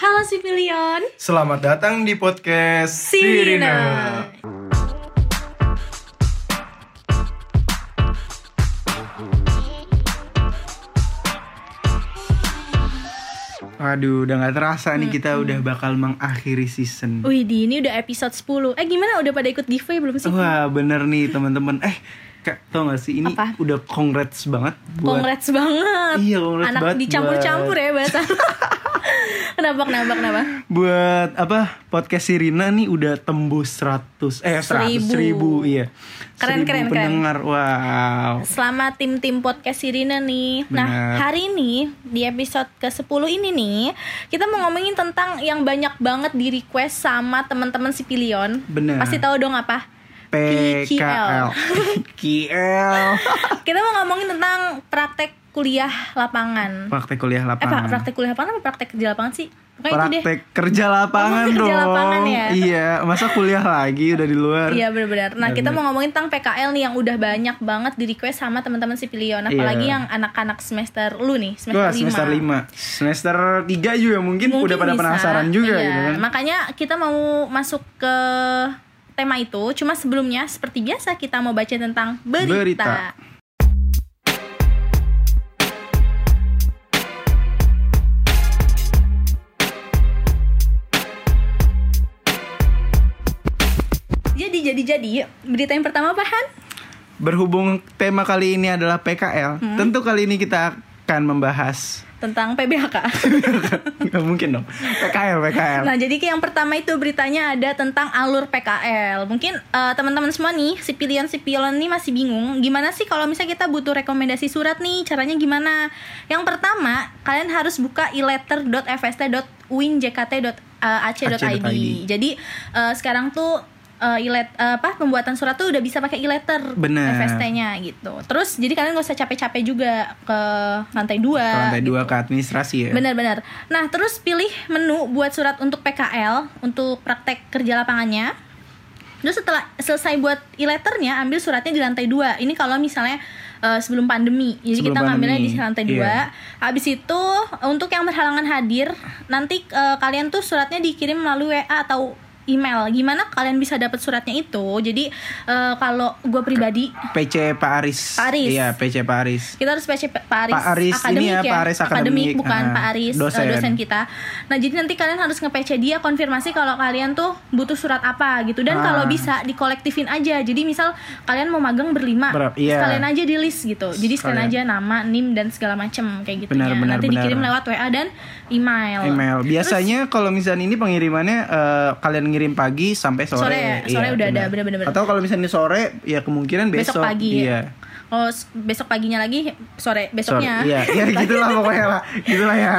Halo Sipilion Selamat datang di podcast Sirina. Aduh, udah nggak terasa nih kita udah bakal mengakhiri season. Wih di ini udah episode 10 Eh gimana udah pada ikut giveaway belum sih? Wah, bener nih teman-teman. Eh, kak, tau gak sih ini Apa? udah congrats banget buat Congrats banget Iya, congrats Anak banget dicampur-campur ya bahasa Kenapa kenapa kenapa buat apa podcast Sirina nih udah tembus 100 eh 100 Seribu. ribu iya. Keren, 1000 keren, keren. pendengar. Wow. Selamat tim-tim podcast Sirina nih Nah Benar. hari ini di episode ke-10 ini nih Kita mau ngomongin tentang yang banyak banget di request sama teman-teman Sipilion Benar. Pasti tahu dong apa? PKL. KL. Kita mau ngomongin tentang praktek kuliah lapangan Praktek Eh kuliah pra- lapangan. praktek kuliah lapangan apa praktek kerja lapangan sih? Pokoknya Nah, itu deh Praktek kerja lapangan Ngomong dong. kerja lapangan ya. Iya, masa kuliah lagi udah di luar. Iya benar-benar. Nah Benar, kita benar. mau ngomongin tentang PKL nih yang udah banyak banget di request sama teman-teman sipilion, apalagi Iya. yang anak-anak semester lu nih semester Wah, 5 semester 5 Semester 3 juga mungkin, udah pada bisa. penasaran juga Iya. gitu kan Makanya kita mau masuk ke tema itu. Cuma sebelumnya seperti biasa kita mau baca tentang berita. Berita. Jadi jadi jadi berita yang pertama apa Han? Berhubung tema kali ini adalah PKL Hmm? Tentu kali ini kita akan membahas Tentang PBHK. Gak mungkin dong PKL, PKL Nah, jadi kayak yang pertama itu beritanya ada tentang alur PKL. Mungkin eh, teman-teman semua nih, si pilihan-pilihan nih masih bingung gimana sih kalau misalnya kita butuh rekomendasi surat nih, caranya gimana? Yang pertama, kalian harus buka iletter.fst.winjkt.ac.id. Jadi eh, sekarang tuh eh, ilet eh, apa pembuatan surat tuh udah bisa pakai iletter Bener. FST-nya gitu. Terus jadi kalian gak usah capek-capek juga ke lantai dua. Ke lantai gitu. dua ke administrasi ya Benar-benar. Nah, terus pilih menu buat surat untuk PKL, untuk praktek kerja lapangannya. Terus setelah selesai buat e-letternya, ambil suratnya di lantai dua. Ini kalau misalnya eh, sebelum pandemi. Jadi Sebelum kita ngambilnya di pandemi, lantai iya. dua. Habis itu untuk yang berhalangan hadir, nanti eh, kalian tuh suratnya dikirim melalui WA atau email. Gimana kalian bisa dapat suratnya itu? Jadi eh, kalau gue pribadi PC Pak Aris Pak Aris. Iya, PC Pak Aris kita harus baca Pak Aris, Pak Aris akademik ini ya, ya Pak Aris akademik. bukan Ah, Pak Aris eh, dosen. dosen. kita nah jadi nanti kalian harus nge-PC dia konfirmasi kalau kalian tuh butuh surat apa gitu dan Ah. kalau bisa dikolektifin aja jadi misal kalian mau magang berlima Ber- iya. sekalian aja di list gitu jadi sekalian aja Sekalian. nama nim dan segala macem kayak gitu Benar, benar, nanti benar. dikirim lewat WA dan email Email Biasanya kalau misalnya ini pengirimannya eh, Kalian ngirim pagi sampai sore Sore ya, sore Iya, udah ada, benar. bener-bener. Atau kalau misalnya sore Ya kemungkinan besok, besok, pagi Iya oh s- besok paginya lagi sore Sore, besoknya Iya, ya gitulah pokoknya lah Gitulah ya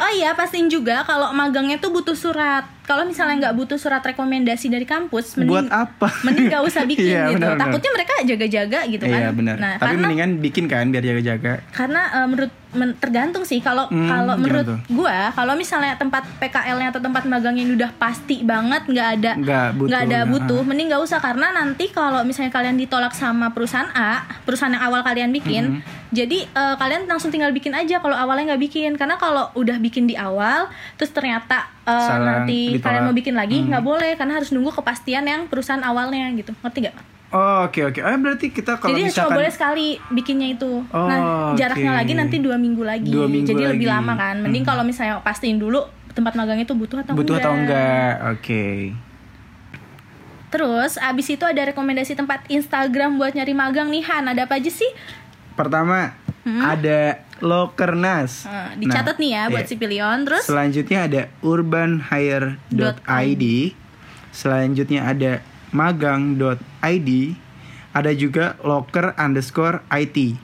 Oh iya pastiin juga kalau magangnya tuh butuh surat. Kalau misalnya nggak butuh surat rekomendasi dari kampus, mending Buat apa? mending nggak usah bikin Iya, gitu. benar, benar. Takutnya mereka jaga-jaga gitu kan. Iya benar. Nah Tapi karena mendingan bikin kan biar jaga-jaga. karena eh, menurut men- tergantung sih kalau Hmm, kalau gimana menurut tuh? gua kalau misalnya tempat PKL-nya atau tempat magangnya ini udah pasti banget nggak ada Nggak butuh, nggak ada nggak, butuh mending nggak usah karena nanti kalau misalnya kalian ditolak sama perusahaan A perusahaan yang awal kalian Hmm. bikin jadi eh, kalian langsung tinggal bikin aja kalau awalnya nggak bikin karena kalau udah bikin di awal terus ternyata eh, Salah, nanti ditolak. Hmm. kalian mau bikin lagi nggak boleh karena harus nunggu kepastian yang perusahaan awalnya gitu ngerti nggak Oh, oke oke. Eh berarti kita kalau jadi cuma misalkan boleh sekali bikinnya itu. Oh, nah, jaraknya oke. lagi nanti dua minggu lagi. Dua minggu Jadi lebih lagi. Hmm. lama kan. Mending kalau misalnya pastiin dulu tempat magang itu butuh atau enggak. butuh atau enggak. Oke. Terus abis itu ada rekomendasi tempat Instagram buat nyari magang nih Han. Ada apa aja sih? Pertama ada Lokernas. Eh, Hmm? dicatat Nah, nih ya buat iya. si Pilion. Terus Selanjutnya ada urbanhire.id. Selanjutnya ada magang.id. Ada juga locker underscore IT.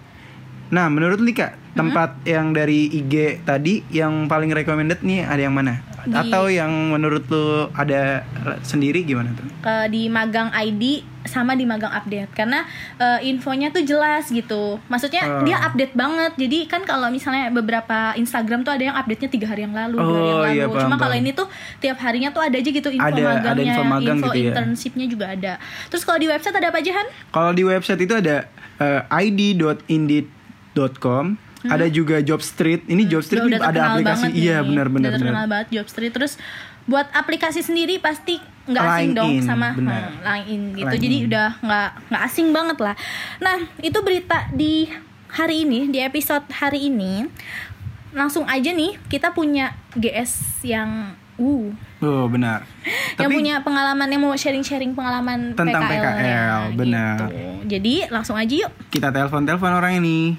Nah, menurut Lika, Mm-hmm. tempat yang dari IG tadi yang paling recommended nih ada yang mana? Di- Atau yang menurut lu ada sendiri gimana tuh? eh, di magang ID sama di magang update karena eh, infonya tuh jelas gitu maksudnya Oh. dia update banget jadi kan kalau misalnya beberapa Instagram tuh ada yang update nya tiga hari yang lalu dua hari Oh, iya, yang lalu paham, cuma paham. kalau ini tuh tiap harinya tuh ada aja gitu info Ada- ada magangnya info magang info gitu ya. internshipnya juga ada terus kalau di website ada apa aja Han? Kalau di website itu ada eh, id.indeed.com, Ada juga Job Street. Ini Job Street Udah- nih Mm-hmm. Ya, udah terkenal ada aplikasi. banget Iya, nih. benar-benar Udah benar. terkenal banget Jobstreet terus buat aplikasi sendiri pasti nggak asing Line dong in, sama benar. hmm, line in gitu Line jadi in. udah nggak nggak asing banget lah nah itu berita di hari ini di episode hari ini langsung aja nih kita punya GS yang uh Oh, benar. yang Tapi punya pengalaman yang mau sharing-sharing pengalaman Tentang PKL, gitu. benar. jadi langsung aja yuk kita telepon-telepon orang ini.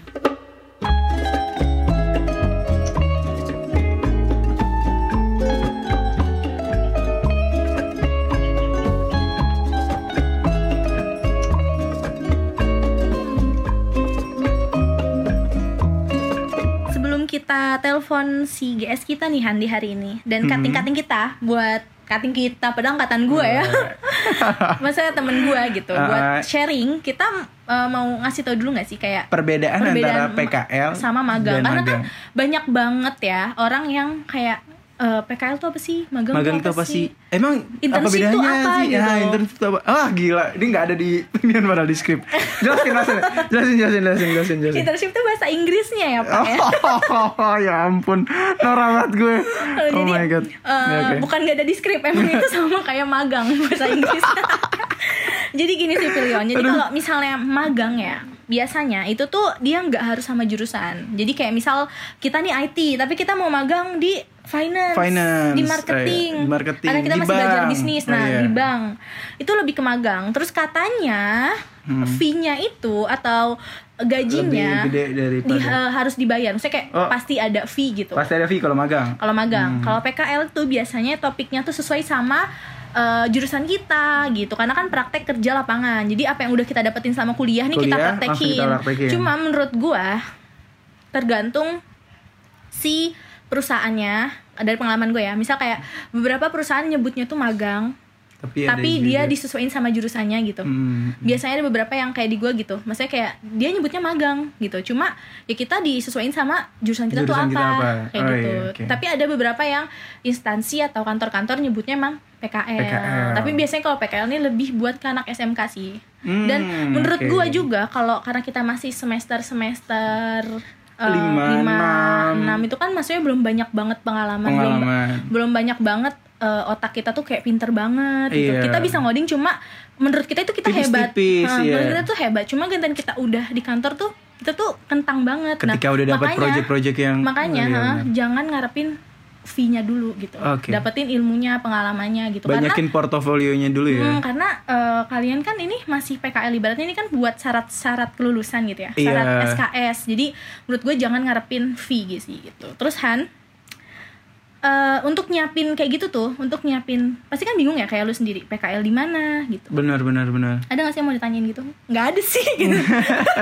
sebelum kita telepon si GS kita nih Han di hari ini dan Mhm. kating-kating kita buat kating kita padahal angkatan gue ya Iya. maksudnya temen gue gitu Ah. buat sharing kita eh, mau ngasih tau dulu nggak sih kayak Perbedaan, Eh, antara perbedaan PKL sama magang dan karena magang. kan banyak banget ya orang yang kayak eh, PKL tuh apa sih magang, magang itu apa sih? Emang apa Internship bedanya tuh apa sih? Ya, gitu. internship itu apa? Ah, gila. Ini nggak ada di pilihan pada di skrip. Jelasin, jelasin, jelasin, jelasin, jelasin, jelasin. jelasin. internship tuh bahasa Inggrisnya ya pak Gitu ya Oh, ya ampun, noramat gue. Eh, Oh jadi my god. eh, Ya, oke. bukan gak ada di skrip emang itu sama kayak magang bahasa Inggris. jadi gini sih pilihan. Jadi Aduh. kalau misalnya magang ya biasanya itu tuh dia nggak harus sama jurusan. Jadi kayak misal kita nih IT tapi kita mau magang di finance, Finance, di marketing, eh, di marketing, karena kita di masih belajar bank. bisnis. Oh, Nah iya. di bank itu lebih ke magang. Terus katanya fee-nya itu atau gajinya Hmm. Lebih gede daripada- di- eh, harus dibayar. Maksudnya kayak Oh. pasti ada fee gitu Pasti ada fee kalau magang. kalau Hmm. magang. Kalau PKL tuh biasanya topiknya tuh sesuai sama eh, jurusan kita gitu. Karena kan praktek kerja lapangan. Jadi apa yang udah kita dapetin sama kuliah nih kita, Kuliah, praktekin. langsung kita praktekin. Cuma menurut gua tergantung si perusahaannya dari pengalaman gue ya. Misal kayak beberapa perusahaan nyebutnya tuh magang, Tapi, ada tapi Iya, juga. dia disesuaikan sama jurusannya gitu Hmm. biasanya ada beberapa yang kayak di gua gitu maksudnya kayak dia nyebutnya magang gitu cuma ya kita disesuaikan sama jurusan kita tuh apa, Jurusan kita apa? kayak Oh, gitu iya, oke. tapi ada beberapa yang instansi atau kantor-kantor nyebutnya emang PKL. PKL. tapi biasanya kalau PKL ini lebih buat ke anak SMK sih Hmm, dan menurut oke. gua juga kalau karena kita masih semester semester Lima, enam. 5 6 itu kan maksudnya belum banyak banget pengalaman, belum Pengalaman. belum banyak banget eh, otak kita tuh kayak pinter banget gitu. Iya. Kita bisa ngoding cuma menurut kita itu kita hebat. Tipis-tipis, Nah, iya. Menurut kita tuh hebat. Cuma gantian kita udah di kantor tuh kita tuh kentang banget. Nah, Ketika udah dapat makanya- project-project yang- makanya Iya, ha, benar. jangan ngarepin fee-nya dulu gitu. Oke. Dapetin ilmunya, pengalamannya gitu. Banyakin portofolionya dulu ya. Hmm, karena eh, kalian kan ini masih PKL ibaratnya ini kan buat syarat-syarat kelulusan gitu ya, syarat Iya. SKS. Jadi menurut gue jangan ngarepin fee gitu sih, gitu. Terus Han eh, untuk nyiapin kayak gitu tuh, untuk nyiapin pasti kan bingung ya kayak lu sendiri PKL di mana gitu. Benar, benar, benar. Ada gak sih yang mau ditanyain gitu? Nggak ada sih gitu. Hmm.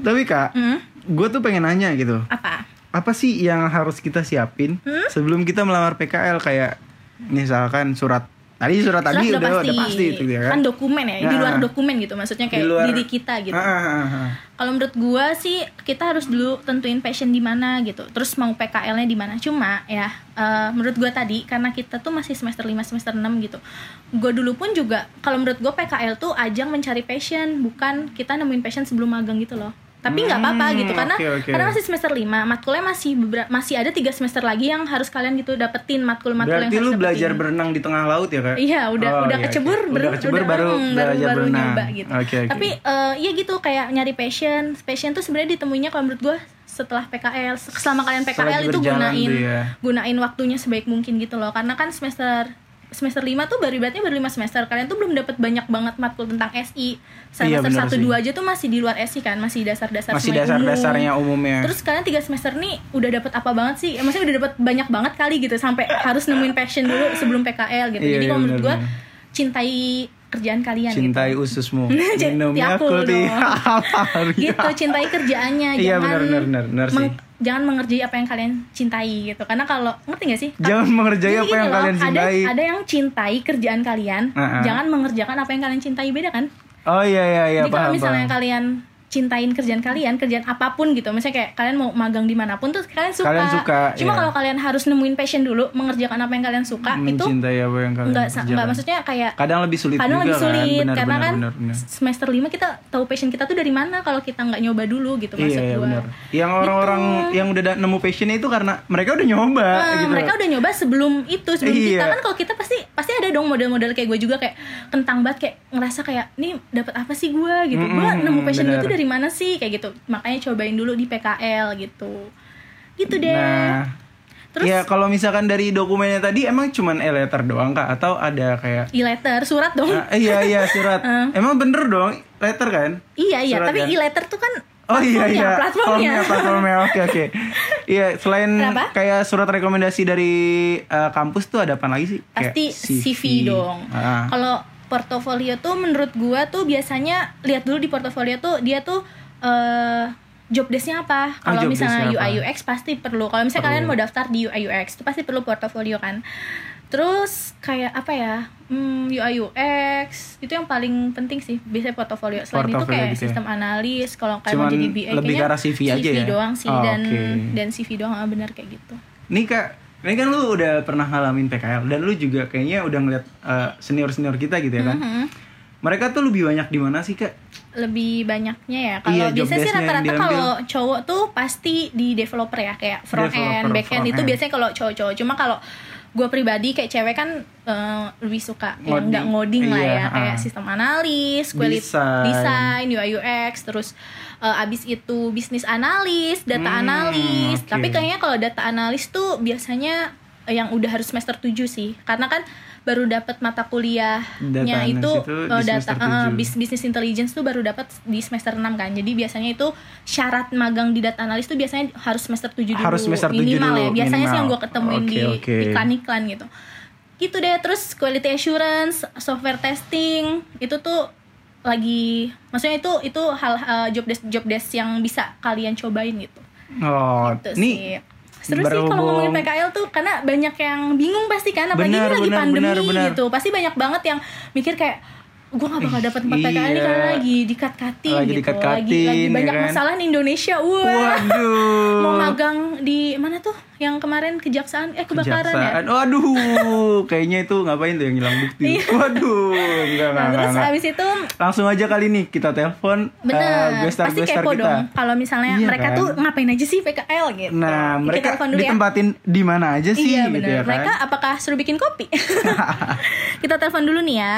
Tapi kak, Hmm, gue tuh pengen nanya gitu. apa? Apa sih yang harus kita siapin Hmm? sebelum kita melamar PKL kayak misalkan surat tadi surat Jelas tadi udah udah pasti, itu ya kan? kan dokumen ya, di Ya. luar dokumen gitu maksudnya kayak Di luar- diri kita gitu. Ah, ah, ah, ah. Kalau menurut gua sih kita harus dulu tentuin passion di mana gitu. Terus mau PKL-nya di mana. Cuma ya eh, menurut gua tadi karena kita tuh masih semester 5 semester 6 gitu. Gua dulu pun juga kalau menurut gua PKL tuh ajang mencari passion, bukan kita nemuin passion sebelum magang gitu loh. Tapi nggak apa-apa Hmm, gitu karena oke, oke. karena masih semester 5, matkulnya masih bebera- masih ada tiga semester lagi yang harus kalian gitu dapetin matkul-matkul yang Berarti harus lu dapetin. belajar berenang di tengah laut ya kak? Iya, udah Oh, udah iya, kecebur, iya. baru udah kecebur baru, mm, belajar baru berenang. nyoba gitu. Oke, oke. Tapi eh, iya gitu kayak nyari passion. Passion tuh sebenarnya ditemuinya kalau menurut gue setelah PKL. Selama kalian Setelah PKL itu berjalan gunain tuh ya. gunain waktunya sebaik mungkin gitu loh. Karena kan semester semester 5 tuh baru ibaratnya baru 5 semester. Kalian tuh belum dapat banyak banget matkul tentang SI. Iya, Semester benar 1 sih. 2 aja tuh masih di luar SI kan, masih dasar-dasar masih semuanya umum. dasar-dasarnya umumnya. Terus kalian tiga semester nih udah dapat apa banget sih? Ya, Maksudnya udah dapat banyak banget kali gitu sampai harus nemuin passion dulu sebelum PKL gitu. Iya, Jadi kalau iya, menurut gue benar, cintai kerjaan kalian cintai gitu. ususmu, Cintai minumnya aku aku di dong. hari. Gitu cintai kerjaannya Iya, jangan benar, benar, benar, benar sih. jangan mengerjai apa yang kalian cintai gitu. Karena kalau ngerti gak sih? Jangan mengerjai Jadi apa gini yang loh, kalian ada- cintai. Ada, yang cintai kerjaan kalian, Uh-uh. jangan mengerjakan apa yang kalian cintai beda kan? Oh iya iya iya Jadi kalau paham. misalnya paham. kalian cintain kerjaan kalian kerjaan apapun gitu misalnya kayak kalian mau magang dimanapun tuh kalian suka, Kalian suka, cuma iya. Hmm, kalau kalian harus nemuin passion dulu mengerjakan apa yang kalian suka itu mencintai apa yang kalian nggak sa- kerjakan. nggak maksudnya kayak kadang lebih sulit kadang juga lebih kan sulit benar, karena benar, kan benar, benar. semester 5 kita tahu passion kita tuh dari mana kalau kita nggak nyoba dulu gitu maksud iya, gua. Gitu. benar. Yang orang-orang yang udah da- nemu passionnya itu karena mereka udah nyoba Eh, gitu. mereka udah nyoba sebelum itu sebelum Iya. kita kan kalau kita pasti pasti ada dong model-model kayak gue juga kayak kentang banget kayak ngerasa kayak nih dapat apa sih gue gitu gue Mm-mm, nemu passion gue benar. tuh dari mana sih kayak gitu makanya cobain dulu di PKL gitu gitu deh Nah, terus ya kalau misalkan dari dokumennya tadi emang cuman e-letter doang kak atau ada kayak e-letter surat dong Ah, iya iya surat. Ah. Emang bener dong letter kan? iya iya surat tapi kan? e-letter tuh kan Oh iya platformnya, iya. platformnya. Platformnya, platformnya. Oke oke. Iya selain Kenapa? kayak surat rekomendasi dari eh, kampus tuh ada apa lagi sih? Kayak pasti CV, dong. Ah. Kalau portofolio tuh menurut gua tuh biasanya lihat dulu di portofolio tuh dia tuh eh job desk-nya apa. Ah, Kalau job misalnya desk-nya apa? UI UX pasti perlu. Kalau misalnya kalian mau daftar di UI UX itu pasti perlu portofolio kan. Terus kayak apa ya? Hmm, UI UX itu yang paling penting sih biasanya portofolio. Selain itu Portofolio kayak gitu ya. sistem analis, kalau kayak mau Cuman jadi BA lebih ke kayaknya arah CV aja ya? doang sih Oh, dan oke. dan CV doang ah, benar kayak gitu. Nih kak, ini kan lu udah pernah ngalamin PKL dan lu juga kayaknya udah ngeliat senior senior kita gitu ya kan? Mhm. Mereka tuh lebih banyak di mana sih kak? lebih banyaknya ya kalau Iya, job biasanya sih desk-nya yang rata-rata diambil. kalau cowok tuh pasti di developer ya kayak front end Developer, back end front itu end. biasanya kalau cowok-cowok cuma kalau gue pribadi kayak cewek kan eh, lebih suka yang Ngoding. nggak ngoding lah Iya, ya kayak ah. sistem analis, quality Desain. design, UI UX terus eh, abis itu bisnis analis, data Hmm, analis oke. tapi kayaknya kalau data analis tuh biasanya yang udah harus semester 7 sih karena kan baru dapat mata kuliahnya Data analis Ya, itu, eh, itu di data semester eh, 7. bis- business intelligence tuh baru dapat di semester 6 kan. Jadi biasanya itu syarat magang di data analis tuh biasanya harus semester 7 dulu Harus semester 7 minimal dulu, ya. Biasanya sih yang minimal. gue ketemuin Oke, di oke. iklan-iklan gitu. Gitu deh, terus quality assurance, software testing, itu tuh lagi maksudnya itu itu hal eh, job desk job desk yang bisa kalian cobain gitu. Oh, Gitu nih sih. Seru sih kalau ngomongin berhubung- PKL tuh karena banyak yang bingung pasti kan apalagi ini Benar, lagi benar, pandemi benar, benar. gitu. Pasti banyak banget yang mikir kayak gue gak bakal dapet tempat Ih, PKL nih iya. karena lagi dikat-katin Lagi gitu. lagi, dikat-katin, lagi ya banyak kan? masalah di Indonesia. Wah. Waduh. Mau magang di mana tuh yang kemarin kejaksaan eh kebakaran ya? Kejaksaan. Waduh, kayaknya itu ngapain tuh yang hilang bukti? Waduh, enggak enggak. Nah, enggak, Iya. terus enggak. abis itu Langsung aja kali nih kita telepon bener eh, guest star- pasti guest star kepo kita. dong kalau misalnya Iya mereka kan? tuh ngapain aja sih PKL gitu. Nah, Kita mereka telepon dulu ya. ditempatin di mana aja sih iya, gitu bener. ya kan? Mereka apakah suruh bikin kopi? Kita telepon dulu nih ya.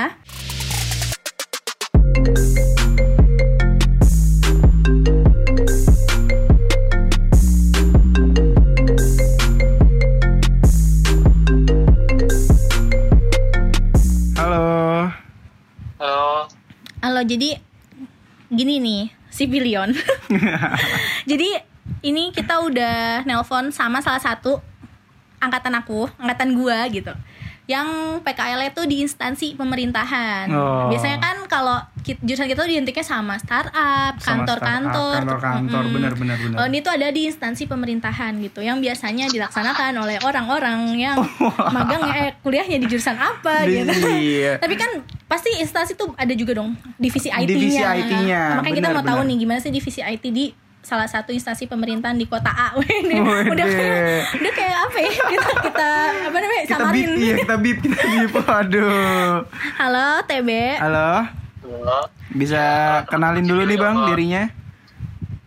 Halo. Halo, Halo, jadi gini nih, si Bilion. jadi ini kita udah nelpon sama salah satu angkatan aku, angkatan gua gitu. Yang PKL itu di instansi pemerintahan. Oh. Biasanya kan kalau ki- jurusan kita tuh identiknya sama startup, Sama kantor-kantor, startup, kantor-kantor, Mm-mm. benar benar benar. Oh, ini tuh ada di instansi pemerintahan gitu, yang biasanya dilaksanakan oleh orang-orang yang magang eh kuliahnya di jurusan apa Di- gitu. iya. Tapi kan pasti instansi tuh ada juga dong divisi IT-nya. Divisi IT-nya, Makanya kita benar, mau tahu benar. nih gimana sih divisi IT di salah satu instansi pemerintahan di kota A. Wede. Wede. udah kayak udah kayak apa ya? Kita kita apa namanya? kita samarin. bip, iya kita bip, kita bip. Aduh. Halo TB. Halo. halo, Bisa kenalin dulu nih Bang dirinya.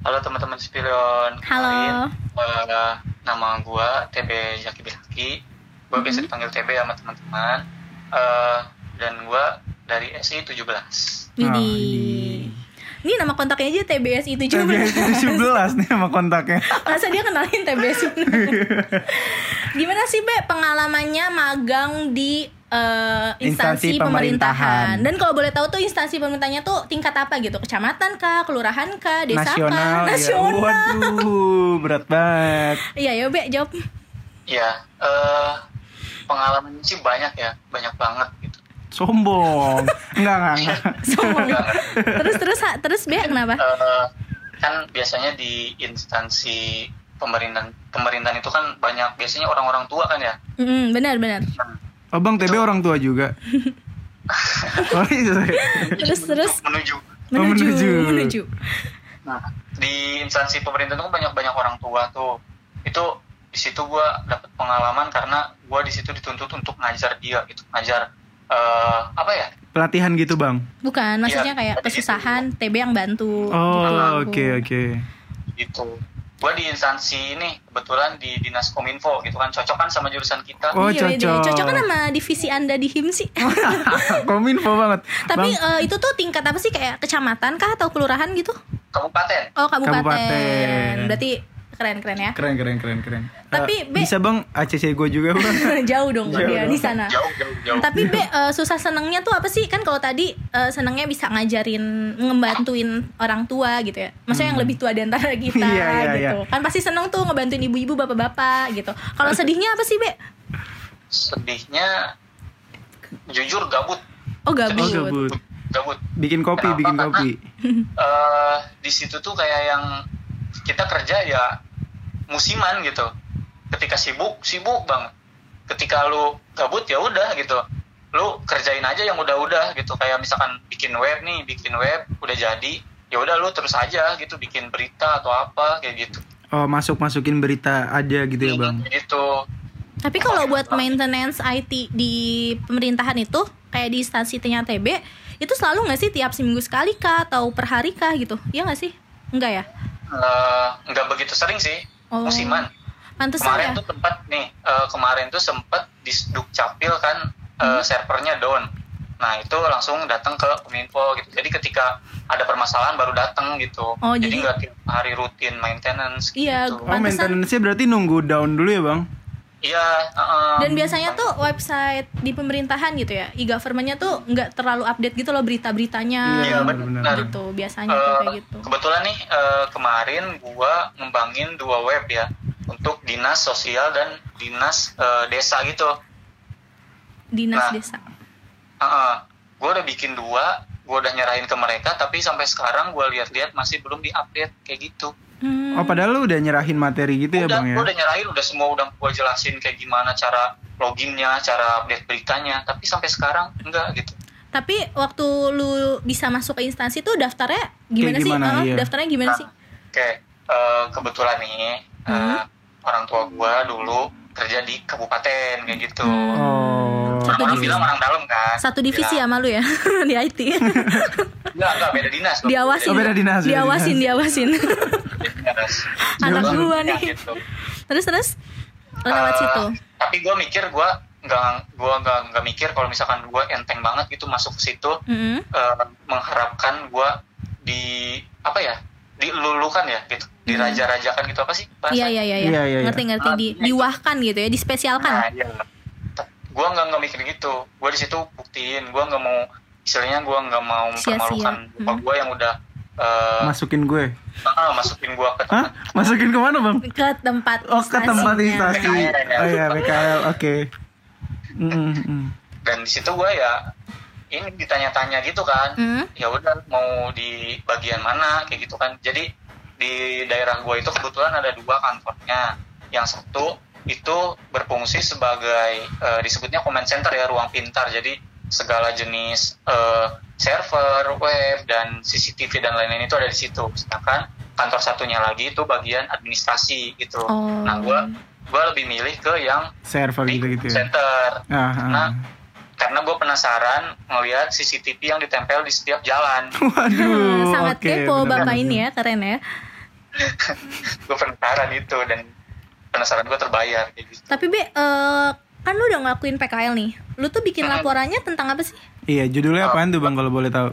halo teman-teman Spirion. Halo. Kenalin, eh, nama gua TB Zaki Bilaki. Gua Mm-hmm. biasa dipanggil TB sama teman-teman. Eh, dan gua dari SI 17. Widih. Ini nama kontaknya aja TBSI 17. TBS iya. 17 nih sama kontaknya. Masa dia kenalin TBS Gimana sih Be pengalamannya magang di eh, instansi, Instansi pemerintahan. pemerintahan. Dan kalau boleh tahu tuh instansi pemerintahnya tuh tingkat apa gitu? Kecamatan kah, kelurahan kah, desa nasional, kah? ya. Nasional. Waduh, berat banget. Iya, ya Be jawab. Ya, eh pengalaman sih banyak ya, banyak banget gitu. Sombong. Enggak, enggak, enggak. Sombong. terus terus ha, terus Be kenapa? Eh, kan biasanya di instansi pemerintahan pemerintahan itu kan banyak biasanya orang-orang tua kan ya. Mm, benar benar. Oh, Bang TB orang tua juga. Oh, iya, Sorry, sorry. Terus terus Menuju menuju Oh, menuju. menuju. Nah, di instansi pemerintah itu kan banyak-banyak orang tua tuh. Itu di situ gue dapet pengalaman karena gue di situ dituntut untuk ngajar dia gitu, ngajar eh, apa ya? Pelatihan gitu bang. Bukan, maksudnya Iya, kayak tadi itu. kesusahan TB yang bantu. gitu. Oh oke oke. Gitu. Gue di instansi ini kebetulan di dinas kominfo gitu kan, cocok kan sama jurusan kita. Oh, Iya, Wede. cocok. Cocok kan sama divisi Anda di HIMSI. Kominfo banget. Tapi bang, eh, itu tuh tingkat apa sih kayak kecamatan kah atau kelurahan gitu? Kabupaten. Oh, kabupaten. Kabupaten. Berarti keren-keren ya. keren keren keren keren. Tapi, Eh, Be- bisa bang ACC gue juga bang. Jauh dong Jauh dia dong. di sana. Jauh, jauh, jauh. Tapi Be, eh, susah senengnya tuh apa sih? Kan kalau tadi eh, senengnya bisa ngajarin, ngebantuin orang tua gitu ya. Maksudnya yang lebih tua di antara kita Hmm. Iya, iya, gitu. Kan pasti seneng tuh ngebantuin ibu-ibu, bapak-bapak gitu. Kalau sedihnya apa sih, Be? Sedihnya jujur gabut, Oh, Oh gabut. gabut. gabut. Bikin kopi Kenapa? bikin Karena- kopi. eh di situ tuh kayak yang kita kerja ya musiman gitu. Ketika sibuk, sibuk banget. Ketika lu gabut ya udah gitu. Lu kerjain aja yang udah-udah gitu. Kayak misalkan bikin web nih, bikin web udah jadi, ya udah lu terus aja gitu bikin berita atau apa kayak gitu. Oh masuk masukin berita aja gitu ya bang. Gitu. Tapi kalau buat maintenance IT di pemerintahan itu kayak di instansi Tenya TB itu selalu nggak sih tiap seminggu sekali kah atau per hari kah gitu? Iya nggak sih? Enggak ya? Eh, nggak begitu sering sih Oh. musiman. Pantesan Kemarin ya? tuh tempat nih, eh, kemarin tuh sempet di Dukcapil kan Hmm. eh, servernya down. Nah itu langsung datang ke Kominfo gitu. Jadi ketika ada permasalahan baru datang gitu. Oh, jadi jadi- nggak tiap hari rutin maintenance gitu. Iya, Oh Pantesan- maintenance-nya berarti nunggu down dulu ya bang. Iya. eh, Dan biasanya tuh website di pemerintahan gitu ya, e-governmentnya tuh nggak terlalu update gitu loh berita-beritanya Iya, benar. gitu biasanya tuh eh, kayak gitu. Kebetulan nih eh, kemarin gua ngembangin dua web ya untuk dinas sosial dan dinas eh, desa gitu. Dinas nah. desa. gue udah bikin dua, gue udah nyerahin ke mereka, tapi sampai sekarang gue lihat-lihat masih belum diupdate kayak gitu. Hmm. Oh padahal lu udah nyerahin materi gitu ya udah, bang ya. gue udah nyerahin, udah semua udah gue jelasin kayak gimana cara loginnya, cara update beritanya, tapi sampai sekarang enggak gitu. Tapi waktu lu bisa masuk ke instansi tuh daftarnya gimana, gimana, sih? Ah, iya. Daftarnya gimana Nah, sih? Hmm? Oke, eh, kebetulan nih eh, orang tua gue dulu kerja di kabupaten kayak gitu. Oh. Hmm. Satu Orang divisi. bilang orang dalam kan. Satu divisi ya? sama lu ya di IT. Enggak, enggak, beda dinas. loh. diawasin. Oh, beda dinas, beda diawasin, diawasin. Beda dinas. Anak Kebetulan gua kayak nih. gitu. terus terus Oh, lewat Eh, situ. Tapi gue mikir gue nggak gue nggak nggak mikir kalau misalkan gue enteng banget gitu masuk ke situ Mm-mm. eh, mengharapkan gue di apa ya dilulukan ya gitu diraja-rajakan gitu apa sih Hmm. Iya iya iya. bahasanya? iya. Iya, iya, iya. Ngerti ngerti di diwahkan gitu ya, Nah, dispesialkan. iya. Gue nggak nggak mikir gitu. Gue di situ buktiin. Gue nggak mau istilahnya gue nggak mau Sia-sia. mempermalukan Hmm. gue yang udah eh, Masukin gue. ah, masukin gue ke Hah? Masukin kemana bang? Ke tempat Oh ke tempat instansinya. instansi. PKL. Oh iya PKL oke. Mm, mm, mm. dan di situ gue ya ini ditanya-tanya gitu kan. Hmm. ya udah mau di bagian mana kayak gitu kan jadi di daerah gua itu kebetulan ada dua kantornya yang satu itu berfungsi sebagai eh, disebutnya command center ya ruang pintar jadi segala jenis eh, server web dan CCTV dan lain-lain itu ada di situ sedangkan kantor satunya lagi itu bagian administrasi gitu Oh. nah gua gua lebih milih ke yang Server di gitu gitu ya. center Ah, ah. Nah, karena gue penasaran ngelihat CCTV yang ditempel di setiap jalan. Waduh. Hmm, Sangat oke, kepo benar, bapak benar. ini ya, keren ya. gue penasaran itu gitu, dan penasaran gue terbayar kayak gitu. Tapi Be, eh, kan lu udah ngelakuin PKL nih. Lu tuh bikin Ah. laporannya tentang apa sih? Iya, judulnya apaan tuh Bang kalau boleh tahu?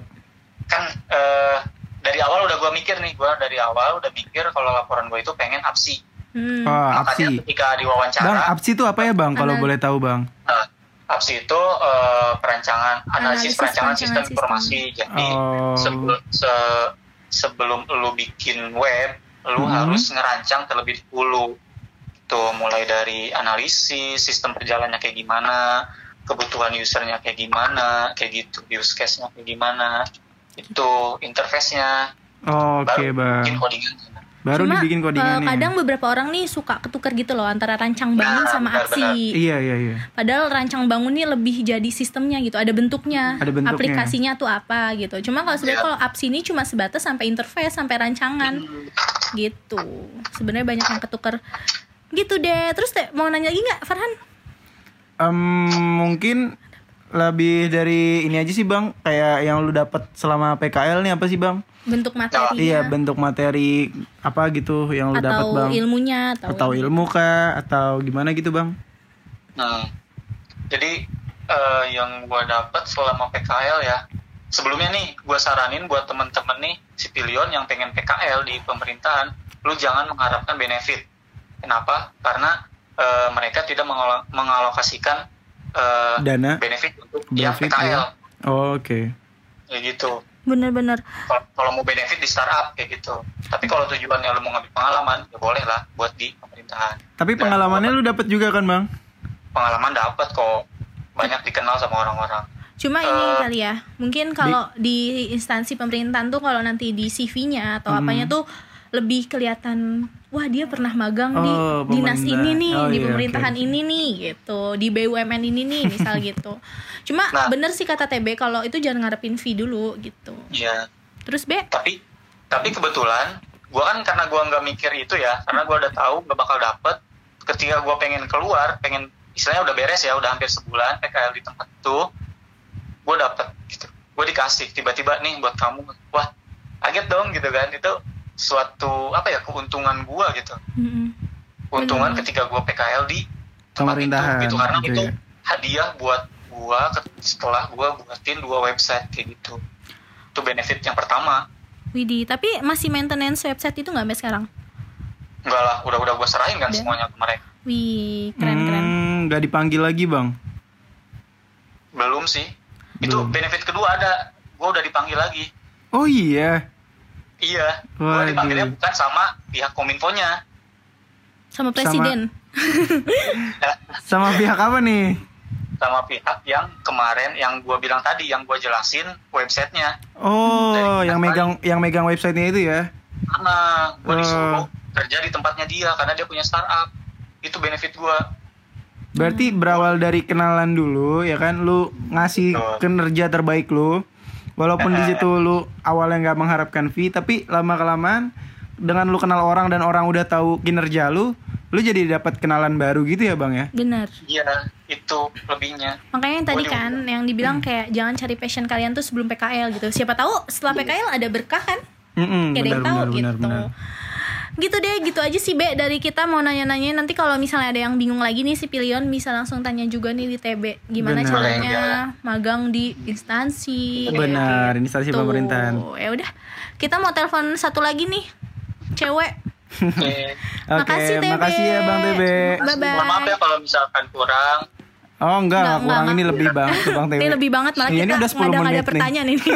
Kan eh, dari awal udah gue mikir nih, gue dari awal udah mikir kalau laporan gue itu pengen absi. Hmm. Oh, Makanya APSI. ketika Bang, diwawancara, APSI itu apa ya Bang kalau Anal- boleh tahu Bang? nah, absi itu eh, perancangan Analisis analisis, perancangan, perancangan sistem sistem. informasi. Jadi Oh. sebelum se- sebelum lu bikin web, lu Mhm. harus ngerancang terlebih dahulu. Tuh mulai dari analisis sistem perjalannya kayak gimana, kebutuhan usernya kayak gimana, kayak gitu, use case-nya kayak gimana. Itu interface-nya Oh, oke baru Bang. bikin codingan. Baru Cuma, dibikin codingannya. eh, kadang beberapa orang nih suka ketukar gitu loh antara rancang bangun Nah, sama benar, aksi. Iya iya iya. Padahal rancang bangun nih lebih jadi sistemnya gitu, ada bentuknya, Ada bentuknya. aplikasinya tuh apa gitu. Cuma kalau sebenarnya Iya. kalau apps ini cuma sebatas sampai interface, sampai rancangan gitu. Sebenarnya banyak yang ketukar gitu deh. Terus Teh, mau nanya lagi nggak Farhan? Em, mungkin lebih dari ini aja sih bang kayak yang lu dapat selama PKL nih apa sih bang? Bentuk materinya Iya bentuk materi apa gitu yang lu dapat atau bang? ilmunya atau, Atau ilmu kah? Atau gimana gitu bang? Hmm. Jadi eh, yang gua dapat selama PKL ya. Sebelumnya nih, gua saranin buat temen-temen nih sipilion yang pengen PKL di pemerintahan, lu jangan mengharapkan benefit. Kenapa? Karena eh, mereka tidak mengalo- mengalokasikan eh, Dana? benefit untuk yang Benefit, PKL. ya. Oh, Oke. Ya gitu. bener-bener Kalau- Kalau mau benefit di startup kayak gitu. Tapi kalau tujuannya lu mau ngambil pengalaman, ya boleh lah buat di pemerintahan. Tapi Dan pengalamannya lu dapat juga kan bang? pengalaman dapat kok. Banyak dikenal sama orang-orang. Cuma ini Eh, kali ya, mungkin kalau di, instansi pemerintahan tuh kalau nanti di CV-nya atau Hmm. apanya tuh lebih kelihatan, wah dia pernah magang di Oh, dinas pemerintah. ini nih, Oh, di iya, pemerintahan oke. ini nih gitu, di BUMN ini nih misal gitu. Cuma Nah. bener sih kata TB kalau itu jangan ngarepin fee dulu gitu. Iya. Terus B, tapi tapi kebetulan gua kan karena gua nggak mikir itu ya karena gua udah tahu gak bakal dapet ketika gua pengen keluar pengen istilahnya udah beres ya udah hampir sebulan PKL di tempat itu gua dapet gitu gue dikasih tiba-tiba nih buat kamu wah kaget dong gitu kan itu suatu apa ya keuntungan gua gitu Mm-mm. keuntungan Benar. ketika gua PKL di tempat Pemerintahan, itu gitu karena gitu itu ya. hadiah buat gua ke- setelah gua buatin dua website kayak gitu itu benefit yang pertama Widih, tapi masih maintenance website itu nggak sampai sekarang? Enggak lah, udah udah gue serahin Udah. kan semuanya ke mereka. Wih, keren-keren. Hmm, nggak dipanggil lagi bang? Belum sih. Itu Belum. benefit kedua ada. Gue udah dipanggil lagi. Oh iya. Iya, Waduh. gue dipanggilnya bukan sama pihak kominfonya. Sama presiden. Sama pihak apa nih? Sama pihak yang kemarin yang gue bilang tadi, yang gue jelasin websitenya. Oh, Dari yang tempat megang yang megang websitenya itu ya? Karena gue Eh. disuruh kerja di tempatnya dia, karena dia punya startup. Itu benefit gue. Berarti berawal dari kenalan dulu ya kan lu ngasih Betul. kinerja terbaik lu. Walaupun di situ lu awalnya nggak mengharapkan fee tapi lama kelamaan dengan lu kenal orang dan orang udah tahu kinerja lu, lu jadi dapat kenalan baru gitu ya, Bang ya? Benar. Iya, itu lebihnya. Makanya yang tadi Boleh, kan yang dibilang Hmm. kayak jangan cari passion kalian tuh sebelum PKL gitu. Siapa tahu Iya. setelah PKL ada berkah kan? Mm-mm, Kayak ada yang Hmm, benar, tahu benar, gitu. benar, benar. Gitu deh, gitu aja sih Be dari kita mau nanya-nanya nanti kalau misalnya ada yang bingung lagi nih si Pilion bisa langsung tanya juga nih di TB gimana Benar. caranya Boleh, magang di instansi. kayak Benar, gitu. instansi pemerintahan. Ya udah, kita mau telepon satu lagi nih cewek. Oke. Oke, Makasih, Tebe. makasih ya Bang Tebe. Bye-bye. Mohon Maaf ya kalau misalkan kurang. Oh, enggak, Enggak, enggak, kurang ini enggak. lebih Bang, itu Bang Tebe. Ini lebih banget malah Iya, kita ini udah nggak 10 ada- nggak menit ada pertanyaan ini.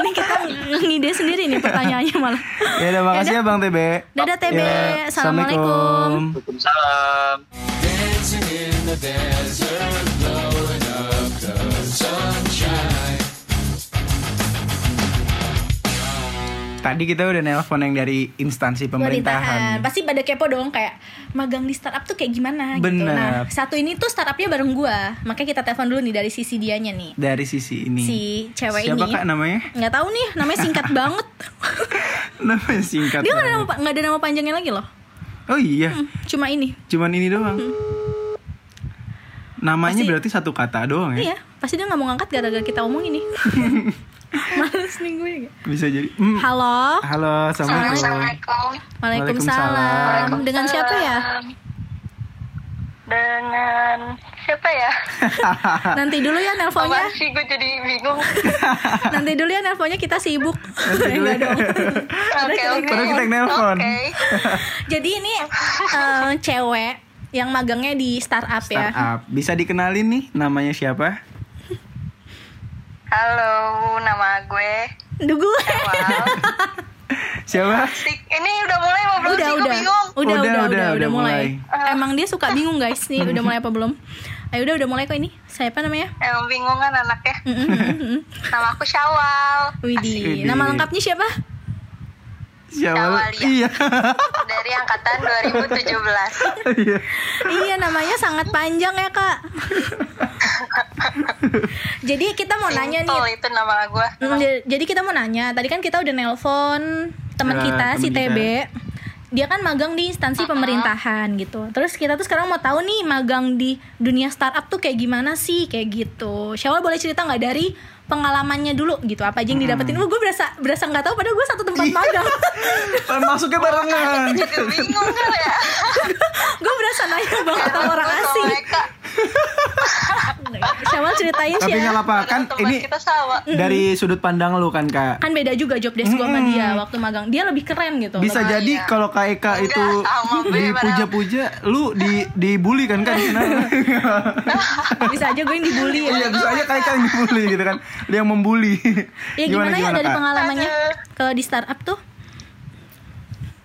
ini kita ngide sendiri nih pertanyaannya malah. nih. Ya udah, makasih ya Bang Tebe. Dadah TB. Ya, Assalamualaikum. Waalaikumsalam. Tadi kita udah nelpon yang dari instansi Pemerintahan. pemerintahan. Pasti pada kepo dong kayak magang di startup tuh kayak gimana gitu. Bener. Nah, satu ini tuh startupnya bareng gua. Makanya kita telepon dulu nih dari sisi dianya nih. Dari sisi ini. Si cewek Siapa ini. kak namanya? Nggak tahu nih, namanya singkat banget. Namanya singkat. Dia nggak Hmm. ada banget. nama, nggak ada nama panjangnya lagi loh. Oh iya, Cuma ini. cuman ini doang. Hmm. Namanya Pasti- berarti satu kata doang ya? Iya, pasti dia nggak mau ngangkat gara-gara kita omongin nih. Males nih gue. Bisa jadi. Mm. Halo. Halo, assalamualaikum. Assalamualaikum. Waalaikumsalam. Dengan siapa ya? Dengan siapa ya? Nanti dulu ya nelponnya. Apaan sih gue jadi bingung. Nanti dulu ya nelponnya kita sibuk. dulu ya. Enggak dong. Oke oke. Baru kita yang nelpon. Oke. Jadi ini eh, cewek yang magangnya di startup, ya. Startup. Bisa dikenalin nih namanya siapa? Halo, nama gue. Duh gue. Wow. Siapa? Sik- Ini udah mulai apa belum Udah, sih? Gue udah. bingung. Eh. Udah, Udah, udah, udah, udah, udah udah mulai. mulai. Emang dia suka bingung guys nih, udah mulai apa belum? Ayo udah udah mulai kok ini. Saya apa namanya? Emang bingung kan anaknya. Mm-mm, mm-mm. Nama aku Syawal. Widih. Widih. Nama lengkapnya siapa? Siapa? lu? Kawalia. Iya. dari angkatan 2017. Iya. Iya namanya sangat panjang ya kak. Jadi kita mau nanya nih. Simple itu nama gue. Hmm, j- Jadi kita mau nanya. Tadi kan kita udah nelpon teman Ya, kita teman si kita. TB. Dia kan magang di instansi pemerintahan gitu. Terus kita tuh sekarang mau tahu nih magang di dunia startup tuh kayak gimana sih kayak gitu. Syawal boleh cerita nggak dari pengalamannya dulu gitu apa Hmm. aja yang didapetin? Oh, gue berasa berasa nggak tahu padahal gue satu tempat Iya. magang. Masuknya barengan. Iya. Jadi bingung kan ya. gue berasa nanya banget sama orang Gua sama asing. Eka. Syawal ceritain Tapi sih. ya. nggak apa-apa kan Padahal ini tempat kita sama. dari sudut pandang lu kan kak. kan beda juga job desk gue sama dia waktu magang dia lebih keren gitu Hmm. Bisa Lebih- jadi kalau Kak Eka Enggak, itu sama gue, dipuja-puja, lu di dibully kan kan? bisa aja gue yang dibully ya Iya bisa aja Kak Eka yang dibully gitu kan, dia yang membully. ya gimana, ya dari Kak? pengalamannya Aduh. kalau di startup tuh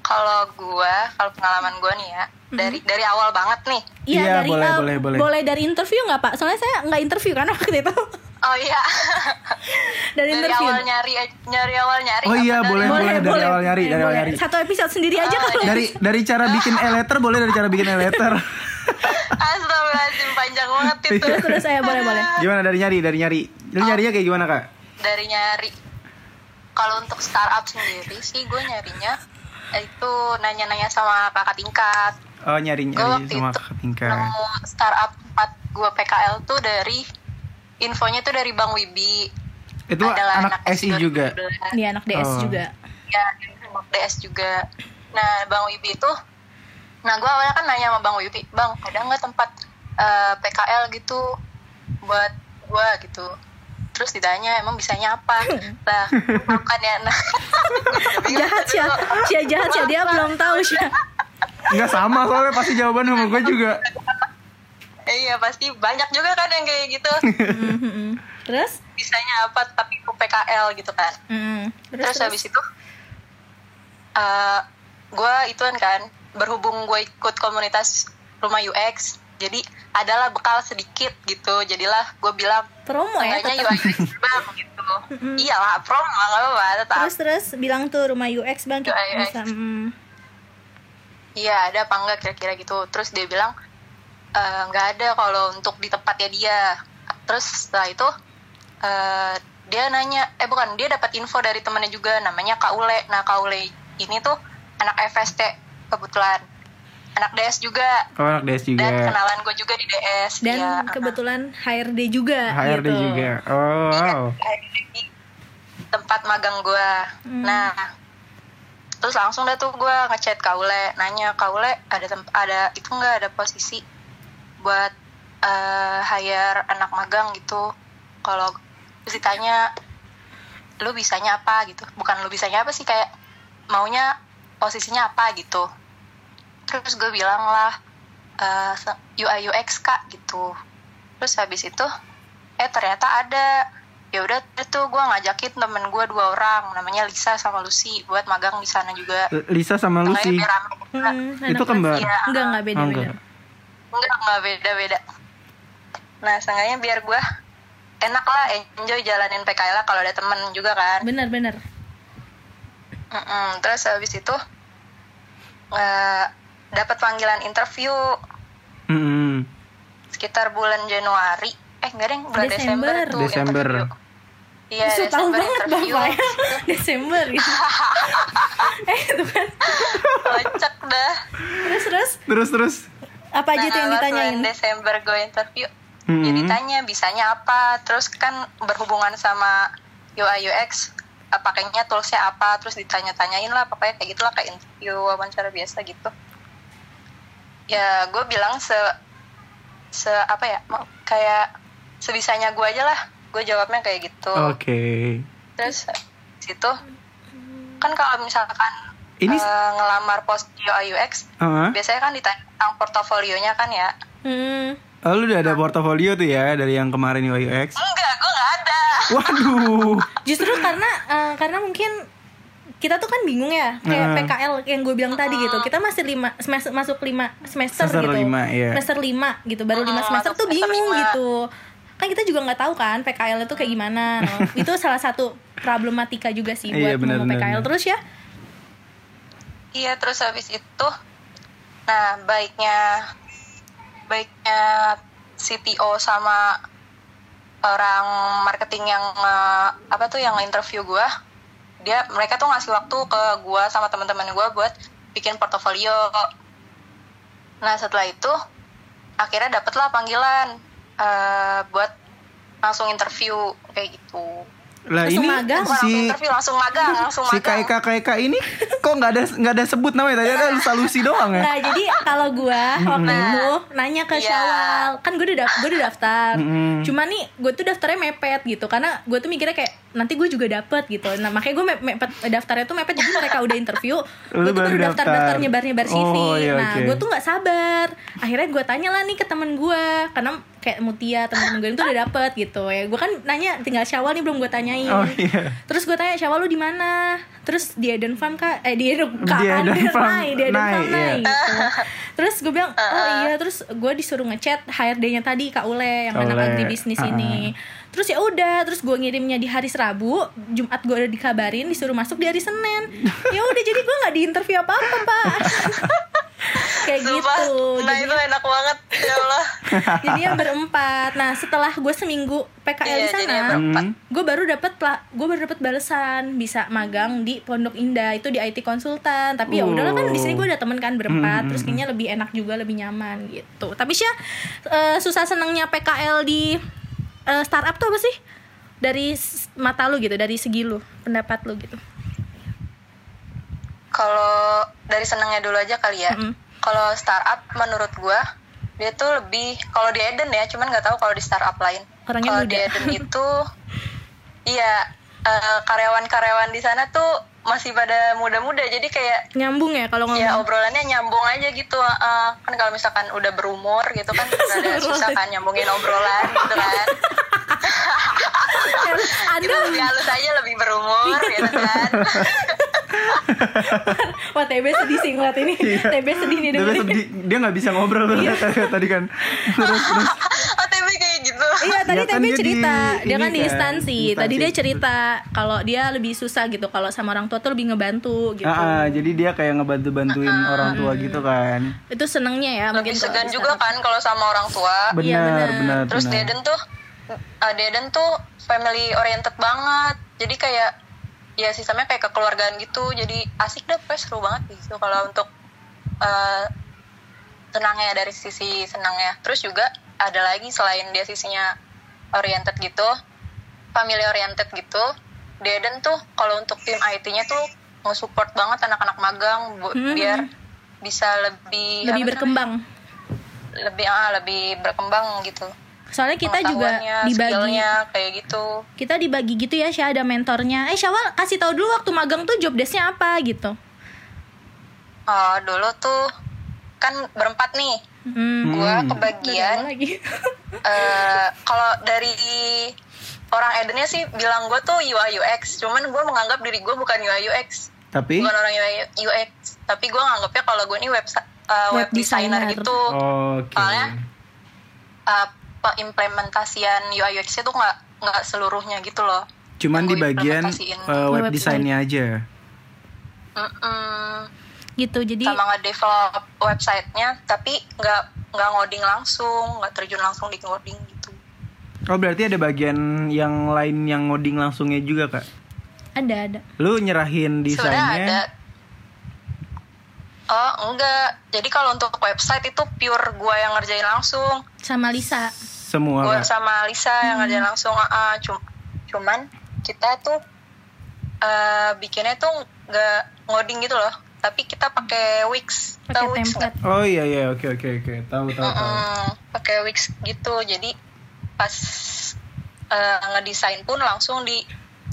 Kalau gue, kalau pengalaman gue nih ya, Hmm. dari dari awal banget nih. Iya Iya, dari boleh, eh, boleh, boleh. dari interview nggak pak? Soalnya saya nggak interview kan waktu itu Oh iya. dari, Dari interview. awal nyari nyari awal nyari. Oh apa iya, dari- boleh. dari awal nyari, Eh, dari awal boleh. nyari. Satu episode sendiri aja kalau Dari dari cara bikin e-letter boleh dari cara bikin e-letter. Astagfirullahaladzim panjang banget itu. Iya. terus terus saya boleh boleh. gimana dari nyari dari nyari? Lu nyarinya kayak gimana Kak? Dari nyari. Kalau untuk startup sendiri sih gue nyarinya itu nanya-nanya sama kakak tingkat. Oh nyari Gue nyari waktu sama itu kakak tingkat. nemu startup tempat gue PKL tuh dari infonya tuh dari Bang Wibi. Itu Adalah anak SI juga. 2012. Dia anak DS Oh. juga. ya anak DS juga nah Bang Wibi itu nah gue awalnya kan nanya sama Bang Wibi Bang ada nggak tempat eh, PKL gitu buat gue gitu terus ditanya emang bisanya apa lah bukan ya nah Jahat sih, sih jahat sih dia belum tahu sih. Enggak sama soalnya pasti jawaban sama gue juga. iya pasti banyak juga kan yang kayak gitu Mm-hmm. Terus? bisanya apa tapi itu PKL gitu kan Mm, terus, habis itu eh gue ituan kan berhubung gue ikut komunitas rumah UX jadi adalah bekal sedikit gitu jadilah gue bilang promo ya. kayaknya tetap. UI UX bang gitu iyalah promo nggak apa-apa tetap Terus terus bilang tuh rumah UX bang kita Rumah UX. bisa. mm. iya ada apa enggak kira-kira gitu terus dia bilang "Eh, nggak ada kalau untuk di tempatnya dia terus setelah itu eh, dia nanya eh bukan dia dapat info dari temannya juga namanya Kak Ule nah Kak Ule ini tuh anak FST kebetulan anak DS juga Oh anak DS juga. dan kenalan gue juga di DS dan Iya, kebetulan HRD juga HRD gitu. juga. Oh. Wow. di tempat magang gue. Nah, terus langsung dah tuh gue ngechat Kaule, nanya Kaule ada tem- ada itu nggak ada posisi buat eh, hire anak magang gitu. Kalau terus ditanya lu bisanya apa gitu, bukan lu bisanya apa sih kayak maunya posisinya apa gitu. Terus gue bilang lah eh, se- UI UX kak gitu. Terus habis itu eh ternyata ada ya udah deh tuh gue ngajakin temen gue dua orang namanya Lisa sama Lucy buat magang di sana juga Lisa sama Lucy. Makanya biar rame. Mm, Itu anak kembar. laki. Enggak, enggak beda Oh, beda. enggak. enggak enggak beda beda nah seenggaknya biar gue enak lah enjoy jalanin PKL kalau ada temen juga kan Bener bener. Mm-mm. terus habis itu eh, dapat panggilan interview Mm-mm. sekitar bulan Januari eh enggak deh bulan Desember, Desember. tuh Desember. interview. iya Itu tahu Desember banget interview bapak ya. Desember gitu. eh itu kan. kocak dah Terus terus Terus terus. apa aja tuh yang Nah, ditanyain? bulan Desember gue interview Hmm. jadi tanya bisanya apa terus kan berhubungan sama UI UX eh, pakainya toolsnya apa terus ditanya-tanyain lah pokoknya kayak gitulah kayak interview wawancara biasa gitu ya gue bilang se se apa ya mau- kayak sebisanya gue aja lah gue jawabnya kayak gitu Oke. terus situ kan kalau misalkan Ini- eh, ngelamar pos UI UX Ah. biasanya kan ditanya tentang portofolionya kan ya Hmm. Oh, lu udah ada portofolio tuh ya dari yang kemarin UX. enggak gue nggak ada Waduh. Justru karena eh, karena mungkin kita tuh kan bingung ya kayak Heeh. PKL yang gue bilang tadi Ah. gitu kita masih lima semester masuk lima semester, Semester gitu lima, iya. semester lima gitu baru lima Heeh, semester Ah, masuk tuh semester bingung lima. gitu kan kita juga nggak tahu kan PKL itu kayak gimana Nah, itu salah satu problematika juga sih buat Iya, benar, ngomong benar, PKL benar. terus ya Iya terus habis itu, nah baiknya baiknya CTO sama orang marketing yang eh, apa tuh yang interview gua dia mereka tuh ngasih waktu ke gua sama teman-teman gua buat bikin portofolio. Nah setelah itu akhirnya dapatlah panggilan eh, buat langsung interview kayak gitu. Lah Langsung ini magang, Bukan si langsung interview langsung magang langsung si E magang. KEK KEK ini kok nggak ada nggak ada sebut namanya tadi ada salusi doang ya. Nah, jadi kalau gua waktu Nah. itu nanya ke Iya. Syawal, kan gue udah daf- gua udah daftar. Mm-mm. Cuma nih gue tuh daftarnya mepet gitu karena gue tuh mikirnya kayak nanti gue juga dapet gitu. Nah, makanya gue mepet daftarnya tuh mepet jadi mereka udah interview, Lu gue tuh baru baru daftar. daftar-daftar nyebar-nyebar CV. Oh, iya, nah, oke. gue tuh nggak sabar. Akhirnya gue tanya lah nih ke temen gue karena kayak Mutia temen-temen gue itu udah dapet gitu ya. Gue kan nanya tinggal Syawal nih belum gue tanyain. Oh iya. Terus gue tanya Syawal lu di mana? Terus di Eden Farm kak? Eh di Eden kak Di Eden Eden Farm, Nai, di Eden Nai, Farm Nai, iya. gitu. Terus gue bilang Uh-uh. oh iya terus gue disuruh ngechat HRD-nya tadi Kak Ule yang Kak anak Ule, agribisnis Uh-uh. ini. Terus ya udah, terus gue ngirimnya di hari Rabu, Jumat gue udah dikabarin disuruh masuk di hari Senin. Ya udah jadi gue nggak diinterview apa apa pak. Kayak Sumpah, gitu. Nah Jadi itu enak banget ya Allah. jadi yang berempat. Nah setelah gue seminggu PKL Iya, di jadi sana, yang berempat. gue baru dapat gue baru dapat balasan bisa magang di Pondok Indah itu di IT konsultan. Tapi ya udahlah kan di sini gue ada temen kan Hmm, berempat, terus kayaknya lebih enak juga lebih nyaman gitu. Tapi sih susah senangnya PKL di eh, startup tuh apa sih? Dari s- mata lu gitu, dari segi lu, pendapat lu gitu. Kalau dari senengnya dulu aja kali ya. Mm-mm. Kalau startup menurut gua dia tuh lebih kalau di Eden ya, cuman nggak tahu kalau di startup lain. Orangnya Kalau muda. di Eden itu iya eh, karyawan-karyawan di sana tuh masih pada muda-muda jadi kayak Nyambung ya kalau ngomong. ya obrolannya nyambung aja gitu eh, kan kalau misalkan udah berumur gitu kan udah susah kan nyambungin obrolan gitu kan Anda kita lebih halus aja lebih berumur gitu kan Wah TB sedih sih ngeliat ini Iya. Iya. TB sedih nih Dia dengerin. besok di- dia nggak bisa ngobrol tadi kan. Terus terus OTB kayak gitu Iya tadi Ya kan Tebe dia di- cerita dia ini kan di kan, instansi. instansi. Tadi dia cerita kalau dia lebih susah gitu kalau sama orang tua tuh lebih ngebantu gitu. Ah, ah, jadi dia kayak ngebantu-bantuin Ah. orang tua gitu kan. Itu senengnya ya mungkin. lebih kalau segan di juga kan kalau sama orang tua Benar, Iya, benar. benar, terus benar. Deden tuh uh, Deden tuh family oriented banget jadi kayak ya sistemnya kayak kekeluargaan gitu jadi asik deh pokoknya seru banget gitu kalau untuk uh, senangnya dari sisi senangnya terus juga ada lagi selain dia sisinya oriented gitu family oriented gitu Deden tuh kalau untuk tim IT-nya tuh nge-support banget anak-anak magang bu- Hmm. biar bisa lebih Lebih apa sih berkembang. namanya? lebih ah, lebih berkembang gitu Soalnya kita juga Pengetahuannya, dibagi skillnya, kayak gitu kita dibagi gitu ya Syah ada mentornya. Eh Syawal kasih tahu dulu waktu magang tuh job desk-nya apa gitu. oh, dulu tuh kan berempat nih Hmm. Ada gua kebagian apa lagi. eh, kalau dari orang Edennya sih bilang gue tuh UI UX cuman gue menganggap diri gue bukan UI UX Tapi bukan orang UI UX tapi gue nganggapnya kalau gue ini web Web eh, web designer designer. gitu oke. soalnya eh, pengimplementasian UI UX itu nggak nggak seluruhnya gitu loh Cuman Yang di gua bagian implementasiin. eh, web Website. desainnya aja. Mm-mm. gitu. Jadi sama nge-develop websitenya tapi nggak nggak ngoding langsung nggak terjun langsung di ngoding gitu Oh berarti ada bagian yang lain yang ngoding langsungnya juga kak? ada ada. Lu nyerahin Sebenarnya ada desainnya? oh enggak jadi kalau untuk website itu pure gua yang ngerjain langsung Sama Lisa. Semua gua kak. sama Lisa yang ngerjain langsung ah, ah. Cum- cuman kita tuh eh, bikinnya tuh nggak ngoding gitu loh tapi kita pakai Wix Pakai Tahu Wix nggak? template. Oh iya iya oke oke oke tahu tahu tahu. Mm-mm, pakai Wix gitu jadi pas eh, ngedesain pun langsung di,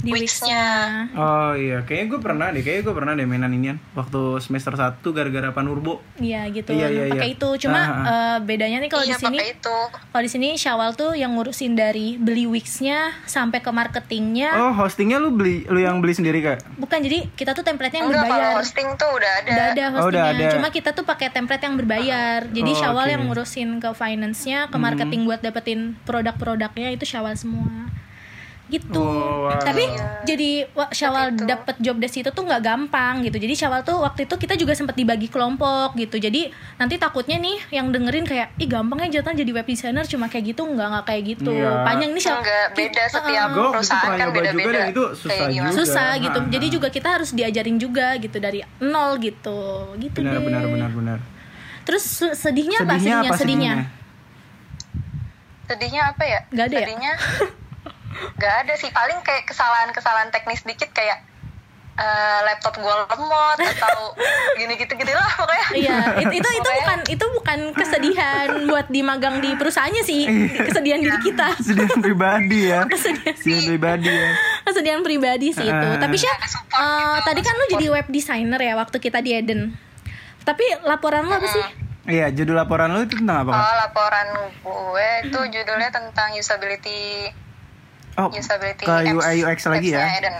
Di Wix-nya Oh iya kayaknya gue pernah deh kayaknya gue pernah deh mainan inian waktu semester 1 gara-gara panurbo. Iya gitu. Iya, iya, pakai iya. itu. Cuma Ah, ah. eh, bedanya nih kalau iya di sini pakai itu Kalau di sini Syawal tuh yang ngurusin dari beli wigsnya sampai ke Ya. marketingnya. Oh hostingnya lu beli lu yang beli sendiri kak? Bukan jadi kita tuh templatenya yang enggak kalau berbayar. hosting tuh udah ada Udah ada Oh, udah hostingnya. ada. Cuma kita tuh pakai template yang berbayar. Jadi Oh, Syawal oke. Hmm. yang ngurusin ke finance-nya, ke marketing buat dapetin produk-produknya itu Syawal semua. gitu Oh, wow. tapi jadi wa- Syawal Iya. Seperti itu. dapet job desk itu tuh nggak gampang gitu jadi Syawal tuh waktu itu kita juga sempat dibagi kelompok gitu jadi nanti takutnya nih yang dengerin kayak ih gampangnya jatuh jadi web designer cuma kayak gitu nggak nggak kayak gitu Iya. panjang nih Syawal eh, Enggak, beda setiap Iya. Gua waktu itu perusahaan pernah kan nyoba juga beda-beda. dan itu susah Kayak gimana? juga. susah gitu Ha-ha. jadi juga kita harus diajarin juga gitu dari nol gitu gitu benar deh. benar benar benar terus su- sedihnya, apa Sedihnya sedihnya apa sedihnya sedihnya? Sedihnya apa ya? Nggak ada ya? Sedihnya nggak ada sih. Paling kayak kesalahan-kesalahan teknis dikit kayak eh, laptop gua lemot atau gini gitu gitu lah pokoknya. Iya, it- itu itu bukan itu bukan kesedihan buat dimagang di perusahaannya sih, kesedihan diri kita, Sedih pribadi ya Kesedihan. Sedih pribadi ya kesedihan pribadi sih itu. Ah. Tapi Syah, support eh, tadi kan lu jadi web designer ya waktu kita di Eden. Tapi laporan lu apa sih? Iya judul laporan lu itu tentang apa Kak? Oh, laporan gue itu judulnya tentang usability Oh, ke usability Iya, apps- UI UX lagi ya apps-nya Eden.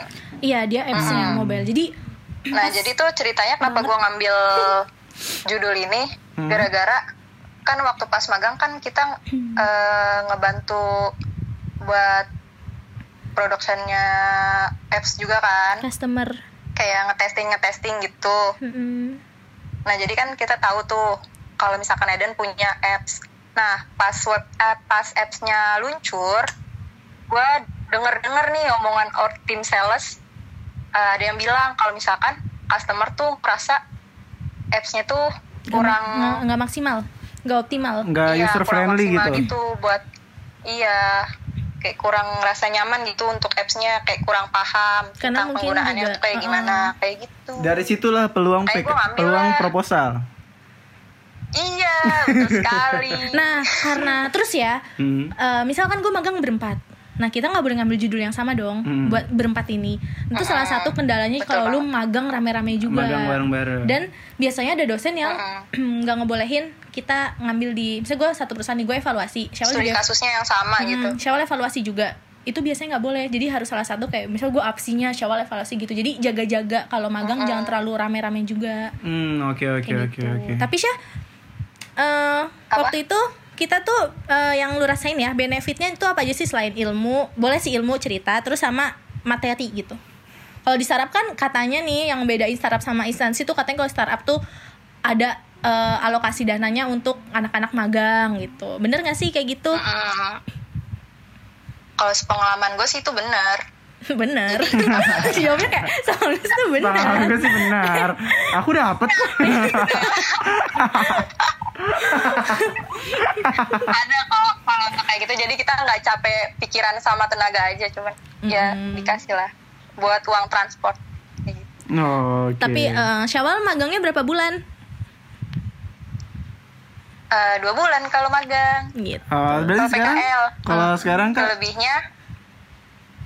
Iya, dia apps-nya mobile. Jadi Nah, jadi tuh ceritanya kenapa gue ngambil judul ini Hmm. gara-gara kan waktu pas magang kan kita eh, ngebantu buat production-nya apps juga kan customer kayak ngetesting ngetesting gitu. mm-mm. Nah, jadi kan kita tahu tuh kalau misalkan Eden punya apps. Nah, pas web eh, pas apps-nya luncur, gue denger-denger nih omongan or tim sales eh, ada yang bilang kalau misalkan customer tuh ngerasa apps-nya tuh Nggak- kurang nggak- nggak maksimal, nggak optimal. Nggak iya, user kurang friendly maksimal gitu. buat iya kayak kurang ngerasa nyaman gitu untuk apps-nya kayak kurang paham Karena tentang mungkin penggunaannya juga, tuh kayak uh-uh. gimana kayak gitu. Dari situlah peluang Kayak pek- gua ngambil peluang lah. proposal. Iya, betul sekali. Nah, karena terus ya, Hmm. Eh, misalkan gue magang berempat nah kita nggak boleh ngambil judul yang sama dong Hmm. buat berempat ini itu salah satu kendalanya Betul kalau lu magang rame-rame juga Magang bareng-bareng. dan biasanya ada dosen yang nggak ngebolehin kita ngambil di misalnya gue satu perusahaan nih gue evaluasi siapa studi juga kasusnya yang sama gitu. Hmm, syawal evaluasi juga itu biasanya nggak boleh jadi harus salah satu kayak misal gue absinya syawal evaluasi gitu jadi jaga-jaga kalau magang jangan terlalu rame-rame juga Hmm, oke oke Kayak oke gitu. oke. Tapi Syah eh, waktu itu kita tuh eh, yang lu rasain ya benefitnya itu apa aja sih selain ilmu? Boleh sih ilmu cerita terus sama materi gitu. Kalau di startup kan katanya nih yang bedain startup sama instansi tuh katanya kalau startup tuh ada eh, alokasi dananya untuk anak-anak magang gitu. Bener gak sih kayak gitu? Hmm. Kalau sepengalaman gue sih itu benar. bener. Jawabnya kayak soalnya tuh Pengalaman bener. gue sih benar. Aku dapet Ada kalau kalau untuk kayak gitu, jadi kita nggak capek pikiran sama tenaga aja, cuman ya Hmm. dikasih lah buat uang transport. Kayak gitu. Oh, Oke. Tapi eh, Syawal magangnya berapa bulan? Eh, dua bulan kalau magang. Gitu. Oh, berarti Kalau sekarang PKL. kalau Ah. sekarang kan Kelebihnya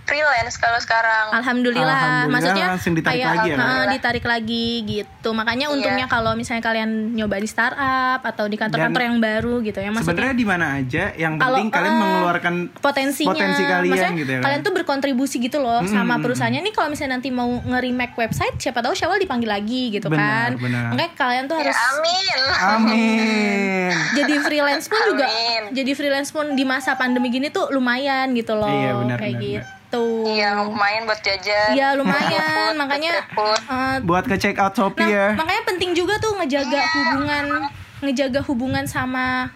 freelance kalau sekarang. Alhamdulillah, Alhamdulillah, maksudnya langsung ditarik kayak, lagi ya, Kak? eh, ditarik lagi gitu. Makanya Iya. untungnya kalau misalnya kalian nyoba di startup atau di kantor-kantor Dan yang baru gitu ya, maksudnya sebenarnya di mana aja yang Kalau, penting kalian eh, mengeluarkan potensinya, potensi kalian maksudnya gitu ya. kan? kalian tuh berkontribusi gitu loh sama perusahaannya. Nih kalau misalnya nanti mau nge-remake website, siapa tahu Syawal dipanggil lagi gitu kan. Benar, benar. Makanya kalian tuh Ya, harus amin. Amin. jadi freelance pun juga, Amin. jadi freelance pun di masa pandemi gini tuh lumayan gitu loh, Iya, benar, kayak benar, benar. gitu. Iya lumayan buat jajan. Iya, lumayan. Makanya Food. eh, Buat ke check out Shopee Nah, ya. makanya penting juga tuh ngejaga hubungan, ngejaga hubungan sama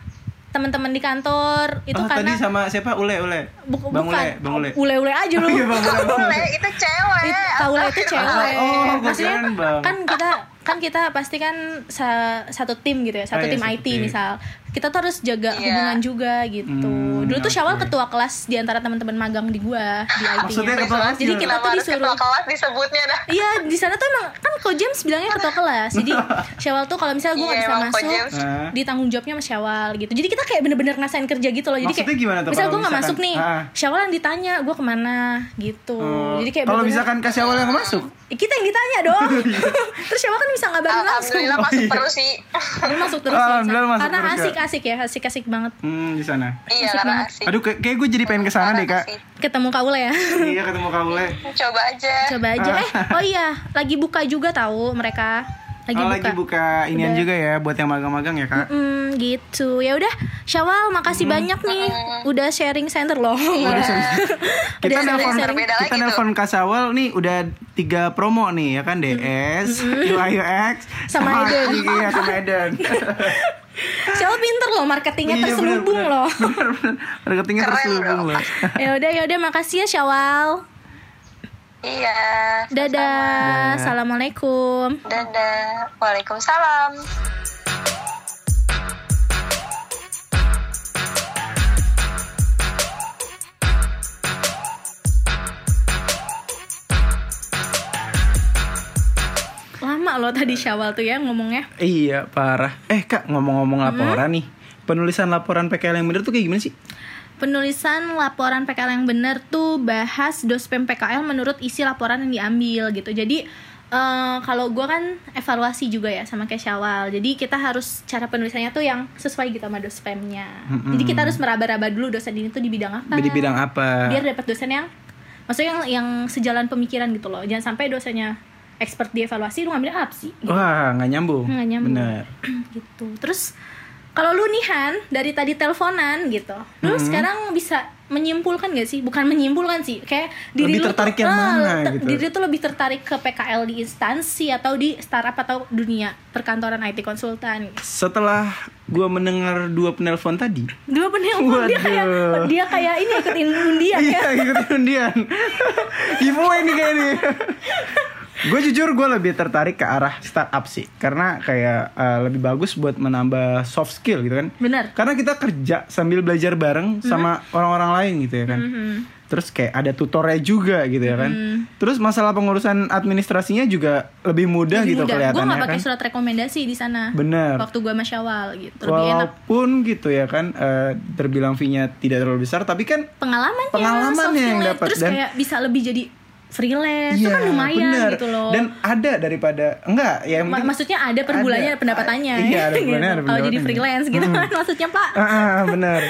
teman-teman di kantor itu oh, karena tadi sama siapa? Ule, Ule. bu- Bang bukan Ule, Bang Ule. ule-ule aja lu. Iya, Bang Ule. Bang Ule. Boleh, itu cewek. Itu- Taula itu cewek. Oh, gua Maksudnya kirain Bang. kan kita kan kita pasti kan sa- satu tim gitu ya, satu Oh, iya, tim satu IT tim. misal. Kita tuh harus jaga Iya. hubungan juga gitu. Hmm, Dulu tuh Syawal oke. ketua kelas di antara teman-teman magang di gua di IT. Maksudnya ketua kelas Iya, Jadi gimana? kita Kenapa tuh harus disuruh ketua kelas disebutnya dah? Iya di sana tuh emang kan Ko James bilangnya ketua kelas jadi Syawal tuh kalau misalnya gue nggak Iya, bisa emang Ko masuk James. Ah. di tanggung jawabnya sama Syawal gitu jadi kita kayak bener-bener ngasain kerja gitu loh jadi Maksudnya kayak gimana tuh misal kalau gue nggak misalkan? masuk nih Ah. Syawal yang ditanya gue kemana gitu Oh, jadi kayak kalau bener-bener- misalkan Iya. kasih awal yang masuk. Eh, kita yang ditanya dong terus Syawal kan bisa ngabarin langsung Alhamdulillah Oh, masuk iya. terus sih. Dia masuk terus Alhamdulillah masuk karena terus ya. asik-asik ya asik-asik banget Hmm, di sana. Iya, Asik karena banget. asik. Aduh, kayak, gue jadi pengen kesana deh, Kak. Asik. ketemu Kaula ya iya, ketemu Kak Ule. Coba aja. coba aja eh oh iya lagi buka juga tahu mereka lagi oh, buka. lagi buka inian Udah. juga ya buat yang magang-magang ya kak Mm, gitu. Ya udah, Syawal makasih Hmm. banyak nih udah sharing center loh. Udah kita nelfon sharing-sharing. Beda kita lagi tuh. nelfon Kasawal nih udah tiga promo nih ya kan DS UI UX Sama Eden. iya sama Eden Syawal pinter loh marketingnya Iya, terselubung bener-bener. loh. bener-bener marketingnya Keren terselubung dong. loh Ya udah, ya udah makasih ya Syawal. Iya. Dadah. Assalamualaikum. Dadah. Waalaikumsalam. Lama loh tadi Syawal tuh ya ngomongnya. iya parah eh kak ngomong-ngomong laporan nih penulisan laporan PKL yang bener tuh kayak gimana sih Penulisan laporan PKL yang benar tuh bahas dospem PKL menurut isi laporan yang diambil gitu. Jadi eh, kalau gua kan evaluasi juga ya sama kayak Syawal. Jadi kita harus cara penulisannya tuh yang sesuai gitu sama dospemnya. Jadi kita harus meraba-raba dulu dosen ini tuh di bidang apa. di bidang apa Biar dapat dosen yang maksudnya yang yang sejalan pemikiran gitu loh. Jangan sampai dosennya expert di evaluasi lu ngambil apa sih? wah nggak nyambung Nggak nyambung. bener gitu terus kalau lu nih Han dari tadi teleponan gitu lu Mm-hmm. sekarang bisa menyimpulkan gak sih bukan menyimpulkan sih kayak diri Lebih lu tertarik tuh, yang mana te- gitu. diri tuh lebih tertarik ke PKL di instansi atau di startup atau dunia perkantoran IT konsultan gitu. setelah gua mendengar dua penelpon tadi dua penelpon dia kayak Waduh. dia kayak ini ikutin undian ya Iya ikutin undian Giveaway nih kayaknya Gue jujur gue lebih tertarik ke arah startup sih Karena kayak eh, lebih bagus buat menambah soft skill gitu kan bener Karena kita kerja sambil belajar bareng sama orang-orang lain gitu ya kan Terus kayak ada tutornya juga gitu ya kan Terus masalah pengurusan administrasinya juga lebih mudah gitu gue kelihatannya gak pakai kan surat rekomendasi di sana Bener waktu gue masyawal gitu lebih enak Walaupun gitu ya kan eh, Terbilang fee-nya tidak terlalu besar Tapi kan pengalamannya, Pengalamannya soft yang skill-nya. dapat, terus dan- kayak bisa lebih jadi freelance itu kan Iya, lumayan bener. gitu loh Dan ada daripada enggak ya yang Ma- penting- maksudnya ada per Ada. bulannya ada pendapatannya gitu. Iya, ada per bulannya, ada Kalau jadi pendapatannya. freelance gitu kan maksudnya Pak. Ah, ah, benar.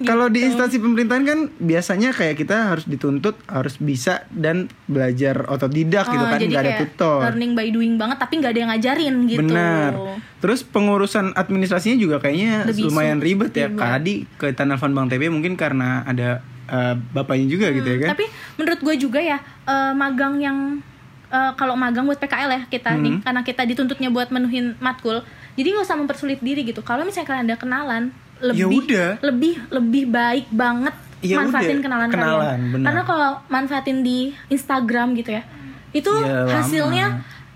Kalau di Gitu. instansi pemerintahan kan biasanya kayak kita harus dituntut harus bisa dan belajar otodidak gitu Oh, kan jadi nggak ada kayak tutor. learning by doing banget tapi nggak ada yang ngajarin gitu. Benar. Terus pengurusan administrasinya juga kayaknya Lebih lumayan sulit, ribet ya. ribet. Tadi ke Tanafan Bang TB mungkin karena ada eh, bapaknya juga gitu ya kan. Tapi menurut gue juga ya eh, magang yang eh, kalau magang buat PKL ya kita nih Hmm. karena kita dituntutnya buat menuhin matkul. Jadi nggak usah mempersulit diri gitu. Kalau misalnya kalian ada kenalan lebih Ya udah. lebih lebih baik banget Ya manfaatin udah, kenalan, kenalan, kalian. benar. Karena kalau manfaatin di Instagram gitu ya. Itu Ya, lama. hasilnya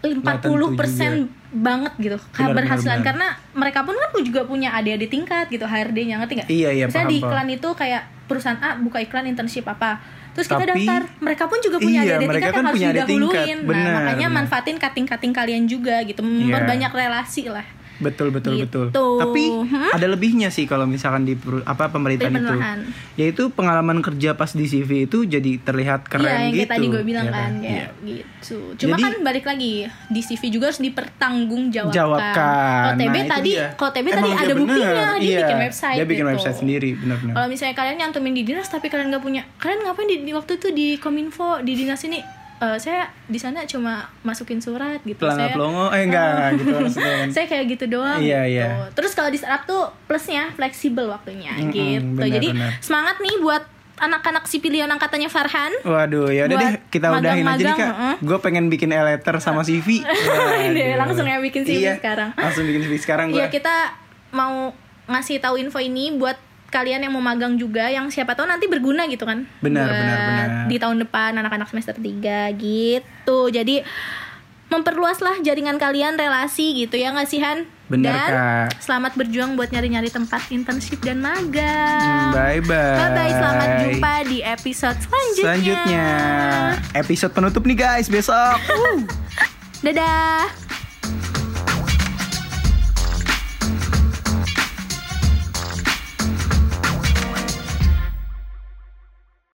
40% banget gitu Benar, keberhasilan benar, karena mereka pun kan juga punya adik-adik tingkat gitu HRD-nya ngerti nggak? Iya, iya, Misalnya paham, di paham. iklan itu kayak perusahaan A buka iklan internship apa terus kita Tapi- daftar mereka pun juga punya Iya, adik-adik mereka tingkat kan yang harus punya adik tingkat. didahuluin nah Benar, makanya benar. Iya. manfaatin kating-kating kalian juga gitu memperbanyak relasi lah Betul betul Gitu. betul. Tapi Hmm. ada lebihnya sih kalau misalkan di peru- apa pemerintahan itu. Pemerintahan. Yaitu pengalaman kerja pas di CV itu jadi terlihat keren iya yang gitu. kayak tadi gue bilang ya kan Iya. kayak gitu cuma Jadi- kan balik lagi di CV juga harus dipertanggungjawabkan Iya. Jawabkan. kalau TB Nah, itu tadi dia. kalau TB Emang tadi dia ada bener. buktinya dia Iya, bikin website Dia bikin gitu. website sendiri benar-benar. Kalau misalnya kalian nyantumin di dinas tapi kalian nggak punya, kalian ngapain di, di waktu itu di kominfo di dinas ini? Eh, saya di sana cuma masukin surat gitu. Pelangga saya, Oh. pelongo eh enggak gitu maksudnya. kan. saya kayak gitu doang. Iya, gitu. iya. Terus kalau di startup tuh plusnya fleksibel waktunya Mm-mm, gitu. benar, Jadi benar. semangat nih buat anak-anak sipilion angkatannya Farhan. Waduh, ya udah Buat deh kita udahin aja nih magang-magang, kak. heeh. Gue pengen bikin e-letter sama CV. Waduh. langsung ya bikin CV Iya, sekarang. Langsung bikin CV sekarang gue. Iya kita mau ngasih tahu info ini buat kalian yang mau magang juga yang siapa tahu nanti berguna gitu kan. Benar, Buat benar, benar. Di tahun depan anak-anak semester 3 gitu. Jadi memperluaslah jaringan kalian relasi gitu ya nggak sih Han? Benar, dan Kak. selamat berjuang buat nyari-nyari tempat internship dan magang. Hmm, Bye bye. Bye bye, selamat jumpa di episode selanjutnya. Selanjutnya episode penutup nih guys besok. Dadah.